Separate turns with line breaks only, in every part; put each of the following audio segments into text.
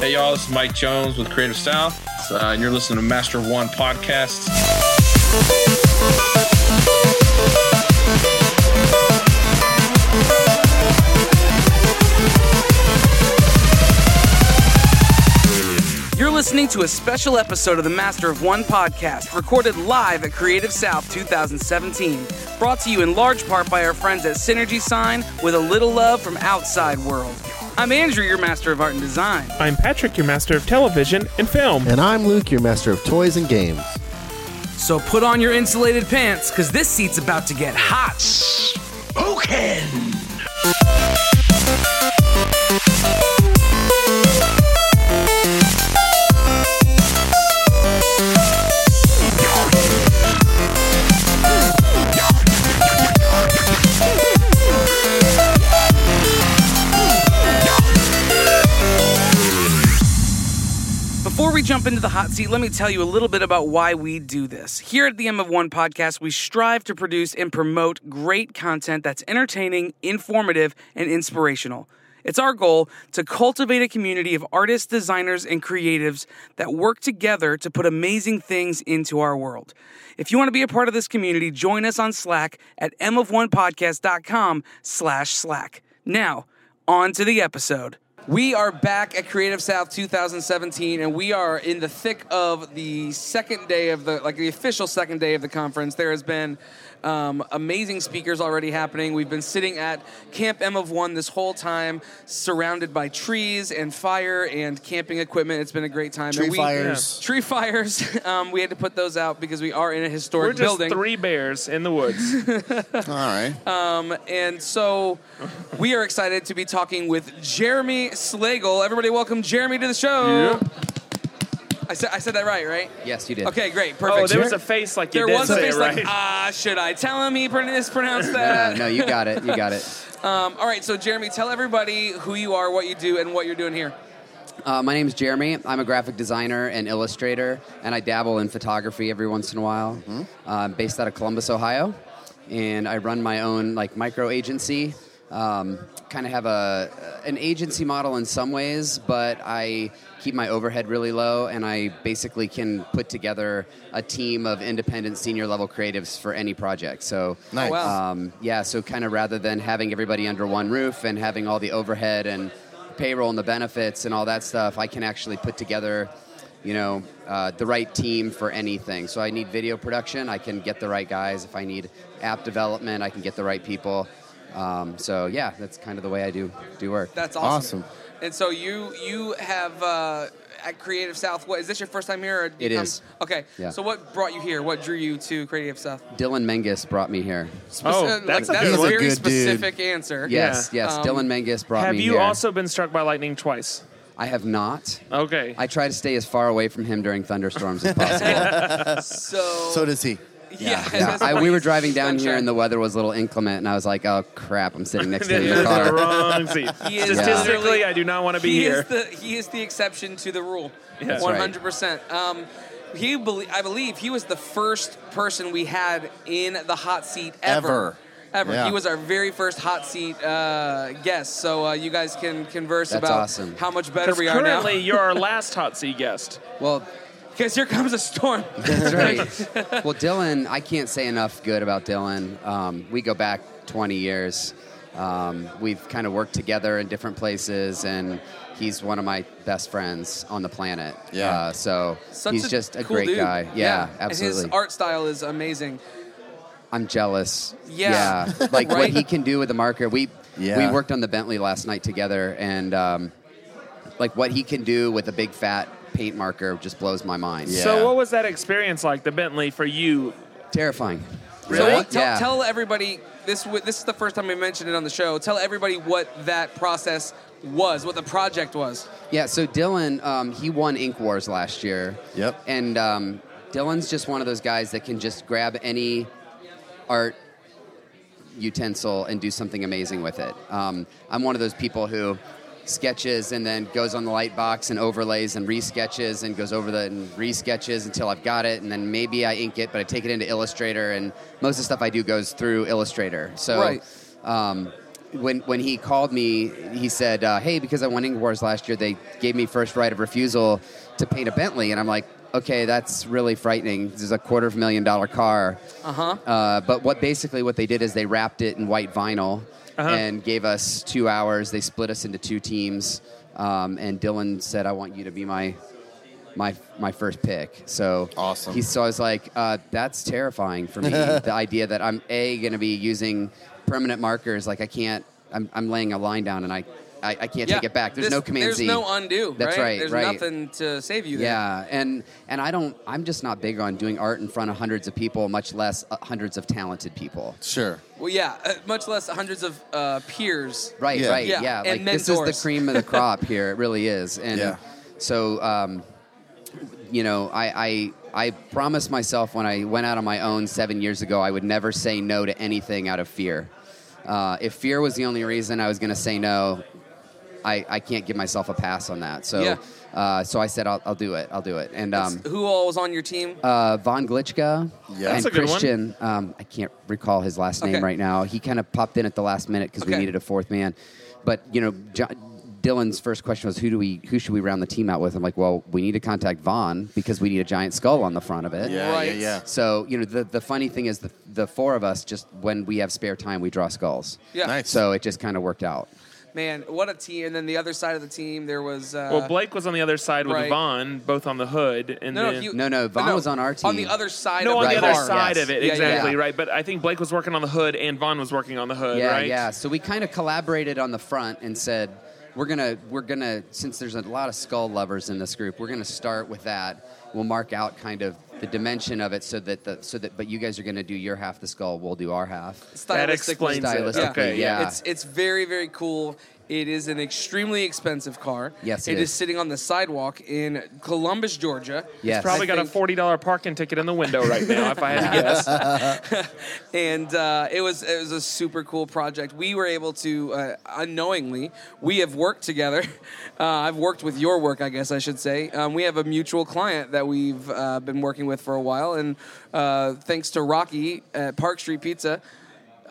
Hey, y'all, this is Mike Jones with Creative South, uh, and you're listening to Master One Podcast.
You're listening to a special episode of the Master of One podcast, recorded live at Creative South 2017. Brought to you in large part by our friends at Synergy Sign, with a little love from Outside World. I'm Andrew, your Master of Art and Design.
I'm Patrick, your master of television and film.
And I'm Luke, your master of toys and games.
So put on your insulated pants, because this seat's about to get hot. Before we jump into the hot seat, let me tell you a little bit about why we do this. Here at the M of One podcast, we strive to produce and promote great content that's entertaining, informative, and inspirational. It's our goal to cultivate a community of artists, designers, and creatives that work together to put amazing things into our world. If you want to be a part of this community, join us on Slack at mofonepodcast.com slash Slack. Now, on to the episode. We are back at Creative South 2017, and we are in the thick of the second day of the like the official second day of the conference. There has been um, amazing speakers already happening. We've been sitting at Camp M of One this whole time, surrounded by trees and fire and camping equipment. It's been a great time.
Tree
And we-
fires.
Tree fires. Um, we had to put those out because we are in a historic
We're just
building.
three bears in the woods.
All right.
And so we are excited to be talking with Jeremy Slagle. Everybody, welcome Jeremy to the show. I, said, I said that right, right?
Yes, you did.
Okay, great,
oh,
perfect.
there was a face like you
There
did
was a
say,
face
right?
like, ah, should I tell him he pron- mispronounced
No,
that?
no, you got it. You got it.
Um, all right, so Jeremy, tell everybody who you are, what you do, and what you're doing here.
Uh, my name's Jeremy. I'm a graphic designer and illustrator, and I dabble in photography every once in a while. Uh, I'm based out of Columbus, Ohio, and I run my own like micro agency. Um, kind of have a an agency model in some ways, but I keep my overhead really low, and I basically can put together a team of independent senior level creatives for any project. So
Nice.
Wow.
Um, yeah, so kind of rather than having everybody under one roof and having all the overhead and payroll and the benefits and all that stuff, I can actually put together, you know, uh, the right team for anything. So I need video production, I can get the right guys. If I need app development, I can get the right people. Um, so yeah, that's kind of the way I do do work.
That's awesome.
Awesome.
And so you you have uh, at Creative South. What is this your first time here? Or
It
um,
is.
Okay.
Yeah.
So what brought you here? What drew you to Creative South?
Dylan Mengus brought me here.
Oh,
Spec-
that's a
like, uh,
good
that's a
one.
very
He's a good dude.
specific answer.
Yes,
Yeah.
yes,
Um,
Dylan Mengus brought
Have
me
you
here.
also been struck by lightning twice?
I have not.
Okay.
I try to stay as far away from him during thunderstorms as possible.
So,
So does he.
yeah,
Yeah,
that's
I,
what
we
he
were driving down here
sunshine.
and the weather was a little inclement, and I was like, "Oh crap, I'm sitting next to him in
You're
the
in the
car."
wrong seat.
He is
Statistically,
literally-
I do not want to be
he
here.
Is the, he is the exception to the rule.
That's
One
right.
hundred percent. Um, he, belie- I believe, he was the first person we had in the hot seat ever.
Ever.
Ever.
Yeah.
He was our very first hot seat uh, guest. So uh, you guys can converse
That's
about
awesome.
how much better
Because
we are now.
currently, you're our last hot seat guest.
Well,
Because here comes a storm.
that's right. well, Dylan, I can't say enough good about Dylan. Um, we go back 20 years. Um, we've kind of worked together in different places, and he's one of my best friends on the planet.
Yeah.
Uh, so
Such
he's just a
cool
great
dude.
guy. Yeah, absolutely.
And his art style is amazing.
I'm jealous.
Yeah.
Like
Right?
what he can do with the marker. We
Yeah.
we worked on the Bentley last night together and um, like what he can do with a big fat paint marker just blows my mind.
Yeah.
So, what was that experience like, the Bentley, for you?
Uh,
Terrifying.
Really?
So what- tell,
yeah.
tell everybody this. w- This is the first time we mentioned it on the show. Tell everybody what that process was, what the project was.
Yeah, so Dylan, um, he won Ink Wars last year.
Yep.
And um, Dylan's just one of those guys that can just grab any art utensil and do something amazing with it. Um, I'm one of those people who sketches and then goes on the light box and overlays and resketches and goes over the and resketches until I've got it and then maybe I ink it but I take it into Illustrator and most of the stuff I do goes through Illustrator. So
Right.
Um, when, when he called me, he said, uh, "Hey, because I won Ing Wars last year, they gave me first right of refusal to paint a Bentley," and I'm like, "Okay, that's really frightening. This is a quarter of a million dollar car."
Uh-huh.
Uh, But what basically what they did is they wrapped it in white vinyl
Uh-huh.
and gave us two hours. They split us into two teams, um, and Dylan said, "I want you to be my my my first pick. So
Awesome.
He, so I was like, uh, that's terrifying for me. the idea that I'm a going to be using permanent markers. Like I can't. I'm, I'm laying a line down and I I, I can't
Yeah.
take it back. There's
This-
no command
There's
Z.
no undo.
That's right.
There's
right.
nothing to save you. there.
Yeah, and and I don't. I'm just not big on doing art in front of hundreds of people, much less uh, hundreds of talented people.
Sure.
Well, yeah. uh, much less hundreds of uh, peers.
Right,
Yeah.
right,
Yeah,
yeah.
and
Like this is the
mentors.
cream of the crop here. It really is. And
Yeah.
so, um, you know, I, I I promised myself when I went out on my own seven years ago, I would never say no to anything out of fear. Uh, if fear was the only reason I was going to say no, I, I can't give myself a pass on that. So,
Yeah.
uh, so I said I'll, I'll do it. I'll do it. And um,
Who all was on your team?
uh, Von Glitchka
Yeah. That's
and
a good one.
Christian. Um, I can't recall his last name
Okay.
right now. He kind of popped in at the last minute because
Okay.
we needed a fourth man. But you know, jo- Dylan's first question was, "Who do we? Who should we round the team out with?" I'm like, "Well, we need to contact Von because we need a giant skull on the front of it."
Yeah,
Right.
yeah,
So you know, the the funny thing is, the the four of us just when we have spare time, we draw skulls.
yeah.
nice.
So it just kind of worked out.
Man, what a team! And then the other side of the team, there was. Uh,
Well, Blake was on the other side with
right.
Vaughn, both on the hood, and
No, no,
then
he-
No, no, Vaughn was on our
On the
team.
other side.
no
of
on
Right.
the other
Vaughn,
side
yes.
of it,
Yeah, yeah,
exactly
yeah.
right. But I think Blake was working on the hood, and Vaughn was working on the hood,
yeah,
right?
Yeah, So we kind of collaborated on the front and said, we're gonna we're gonna since there's a lot of skull lovers in this group, we're gonna start with that. We'll mark out kind of the dimension of it so that the so that but you guys are gonna do your half the skull, we'll do our half.
That
Stylistically.
explains it.
Stylistically,
Okay,
yeah.
It's it's very very cool. It is an extremely expensive car.
Yes, it
it is.
is.
sitting on the sidewalk in Columbus, Georgia.
Yes.
Probably
I
got a
think-
forty dollar parking ticket in the window right now, if I had to guess.
and uh, it was it was a super cool project. We were able to uh, unknowingly we have worked together. Uh, I've worked with your work, I guess I should say. Um, we have a mutual client that we've uh, been working with for a while, and uh, thanks to Rocky at Park Street Pizza.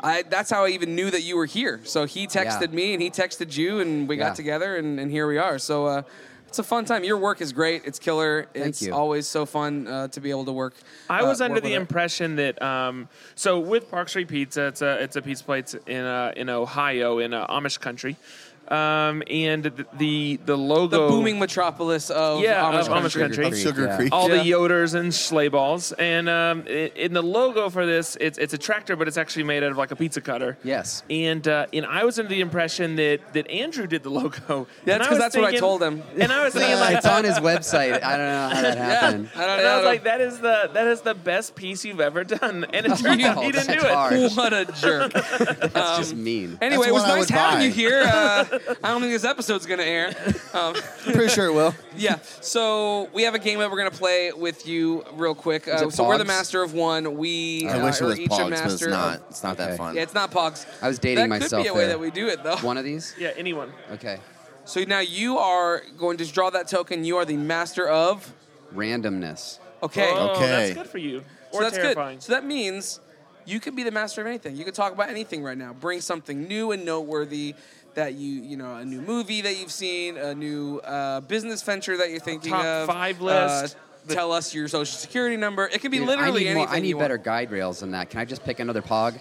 I, that's how I even knew that you were here. So he texted
Yeah.
me and he texted you, and we
Yeah.
got together, and, and here we are. So uh, it's a fun time. Your work is great. It's killer. it's
you.
always so fun uh, to be able to work.
I
uh,
was under
work
the
with it.
impression that um, so with Park Street Pizza, it's a it's a pizza place in uh, in Ohio in uh, Amish country, um, and the the, the
the
logo
booming metropolis of
Yeah,
Amish
of Amish
country.
country.
Of Sugar
Yeah.
Creek.
all
Yeah.
the yoders and sleigh balls. And um, i in the logo for this, it's, it's a tractor, but it's actually made out of like a pizza cutter.
Yes.
And uh, and I was under the impression that that Andrew did the logo.
Yeah,
And
that's
I
'cause
was
that's what I told him.
And I was thinking like.
it's on his website. I don't know how that happened.
I don't
and I was
know.
like, that is the that is the best piece you've ever done, and it turned out he
that's
didn't do it.
hard.
what a jerk.
That's just mean.
Anyway, it
one
was
I
nice
would
having
buy.
you here. Uh, I don't think this episode's going to air. Um,
Pretty sure it will.
yeah, so we have a game that we're going to play with you real quick. Uh,
it
so we're the
Pogs?
master of one. We
I
uh,
wish it
are
was
each a
Pogs, but
master
it's not.
Of,
It's not
Okay.
that fun.
yeah, it's not Pogs.
I was dating
that
myself
could be a way
there.
that we do it, though.
One of these?
Yeah, anyone.
Okay.
So now you are going to draw that token. You are the master of.
Randomness.
Okay.
Oh,
Okay.
that's good for you.
So
Or
that's
terrifying.
good. So that means you could be the master of anything. You could talk about anything right now. Bring something new and noteworthy that you, you know, a new movie that you've seen, a new uh, business venture that you're thinking
Top
of.
five
uh,
list.
tell us your social security number. It could be
Dude,
literally
I need,
anything.
more, I need
you
better
want.
guide rails than that. Can I just pick another pog?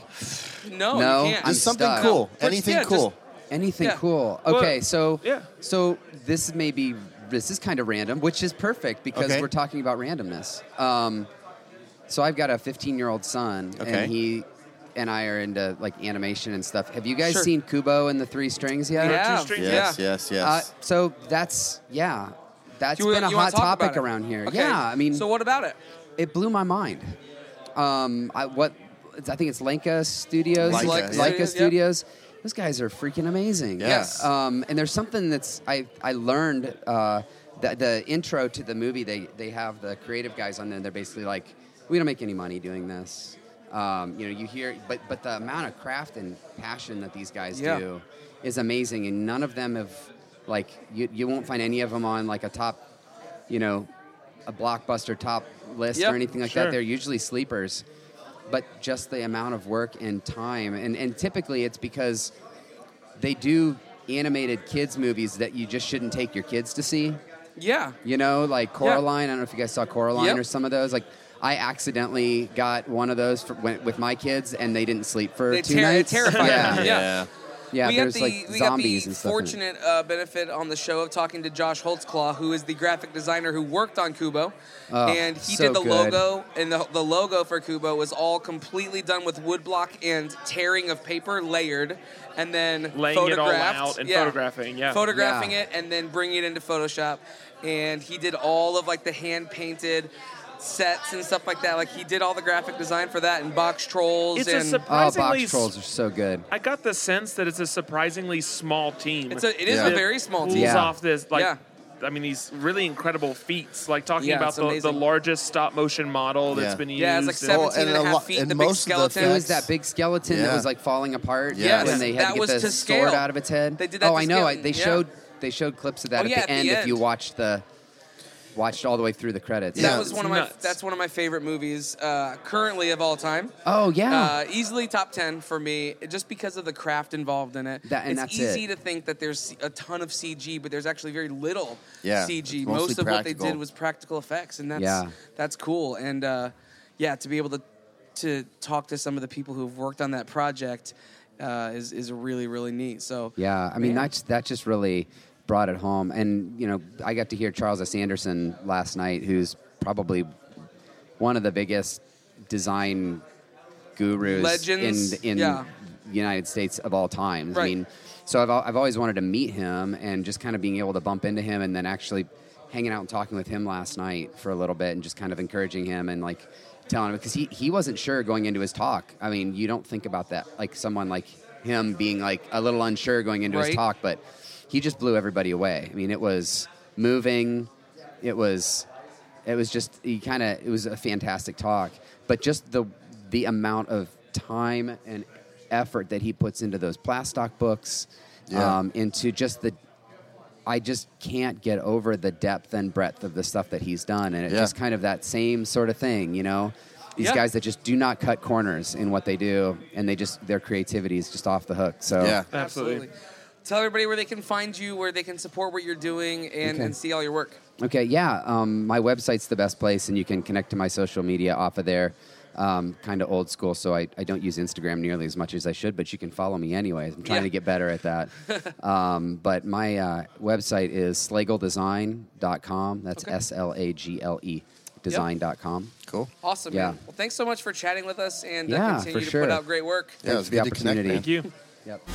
No,
No,
you can't.
I'm
Just something
stuck.
cool.
Yeah,
Anything
just-
cool.
Anything
Yeah.
cool.
Well,
Okay, so
yeah.
so this may be this is kind of random, which is perfect because
Okay.
we're talking about randomness. Um, so I've got a 15 year old son,
Okay.
and he and I are into like animation and stuff. Have you guys
Sure.
seen Kubo and the Three Strings yet?
Yeah.
Two strings.
Yes,
Yeah.
yes,
Uh,
yes.
so that's yeah, that's
You-
been a
you wanna
hot
talk about
topic
it?
around here.
Okay.
Yeah, I mean,
so what about it?
it blew my mind. Um, I, what I think it's Lenka Studios.
Lenka, yeah.
Leica, Leica
Studios, yep.
Studios. Those guys are freaking amazing.
Yeah. Yes.
Um, and there's something that's I I learned uh, the the intro to the movie they they have the creative guys on there. They're basically like, we don't make any money doing this. Um, you know, you hear, but but the amount of craft and passion that these guys
Yeah.
do is amazing, and none of them have like you you won't find any of them on like a top, you know, a blockbuster top list
Yep,
or anything like
sure.
that. They're usually sleepers. but just the amount of work and time. And, and typically it's because they do animated kids movies that you just shouldn't take your kids to see.
Yeah.
You know, like Coraline. I don't know if you guys saw Coraline
Yep.
or some of those. Like, I accidentally got one of those for, went, with my kids, and they didn't sleep for
They
two
ter- it
nights.
terrified
yeah.
them.
yeah,
Yeah. we got
there's
the,
like
we got the
zombies and stuff. in it.
fortunate uh, benefit on the show of talking to Josh Holtzclaw, who is the graphic designer who worked on Kubo,
Oh,
and he
so
did the
good.
logo. And the, the logo for Kubo was all completely done with wood block and tearing of paper, layered, and then
Laying it all
photographed.
out and photographing, yeah.
photographing
Yeah.
it and then bringing it into Photoshop. And he did all of like the hand painted sets and stuff like that. Like he did all the graphic design for that and box trolls
It's a
and.
surprise-
Oh,
Surprisingly
box trolls are so good.
I got the sense that it's a surprisingly small team.
It's a- it is
a
that
very small
pulls
team. Yeah.
off this like.
Yeah.
I mean, these really incredible feats, like talking
Yeah,
about
it's
the, the
amazing.
largest stop motion model that's
Yeah.
been used.
Yeah, it's like
and-
Oh,
17 and, a
and a
half
lot-
feet,
and
the big
most of the
skeleton.
It
effects-
was that big skeleton that
Yeah.
was like falling apart
Yes.
when they had
That
to get
was
the
to
sword
scale.
out of its head.
They did that
oh,
to
I know. I-
scale,
they
yeah.
showed they showed clips of
Oh,
that
yeah,
at, the, end, if you
end.
watched the watched all the way through the credits.
That
Yeah.
was
It's
one of my.
nuts.
That's one of my favorite movies uh, currently of all time.
Oh yeah.
Uh, easily top ten for me, just because of the craft involved in it.
That- and
it's
that's
easy to
it.
think that there's a ton of CG, but there's actually very little
Yeah,
CG. Most
it's mostly
of what they
practical.
did was practical effects, and that's
Yeah.
that's cool. And uh, yeah, to be able to to talk to some of the people who've worked on that project uh, is is really really neat. So
Yeah, I mean
Man.
that's that just really brought it home, and you know I got to hear Charles S. Anderson last night, who's probably one of the biggest design gurus
Legends,
in in
yeah.
the United States of all time. I
Right.
mean, so I've al- I've always wanted to meet him, and just kind of being able to bump into him, and then actually hanging out and talking with him last night for a little bit, and just kind of encouraging him and like telling him because he, he wasn't sure going into his talk. I mean, you don't think about that like someone like him being like a little unsure going into
Right.
his talk, but he just blew everybody away. I mean, it was moving. It was it was just he kind of it was a fantastic talk, but just the the amount of time and effort that he puts into those plastoc books,
Yeah.
um, into just the I just can't get over the depth and breadth of the stuff that he's done, and it's
Yeah.
just kind of that same sort of thing, you know. These
Yeah.
guys that just do not cut corners in what they do, and they just their creativity is just off the hook. So
Yeah.
Absolutely.
Tell everybody where they can find you, where they can support what you're doing, and,
Okay.
and see all your work.
Okay, yeah. Um, my website's the best place, and you can connect to my social media off of there. Um, kind of old school, so I, I don't use Instagram nearly as much as I should, but you can follow me anyways. I'm trying
Yeah.
to get better at that. um, but my uh, website is slageldesign.com. That's
Okay.
S L A G L E design.com.
Cool.
Awesome.
Yeah.
Man. Well, thanks so much for chatting with us and
Yeah,
uh,
for
continue to
sure.
put out great work.
Yeah, it was
for the
good to connect,
opportunity.
man.
Thank you.
Yep.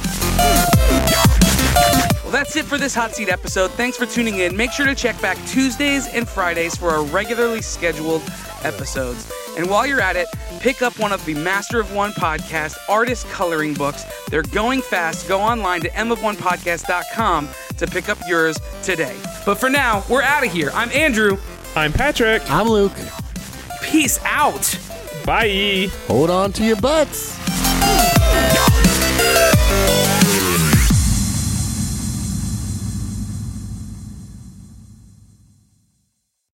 Well, that's it for this hot seat episode. Thanks for tuning in. Make sure to check back Tuesdays and Fridays for our regularly scheduled episodes. And while you're at it, pick up one of the Master of One podcast artist coloring books. They're going fast. Go online to mofonepodcast.com to pick up yours today. But for now, we're out of here. I'm Andrew.
I'm Patrick.
I'm Luke.
Peace out.
Bye.
Hold on to your butts.
Yeah.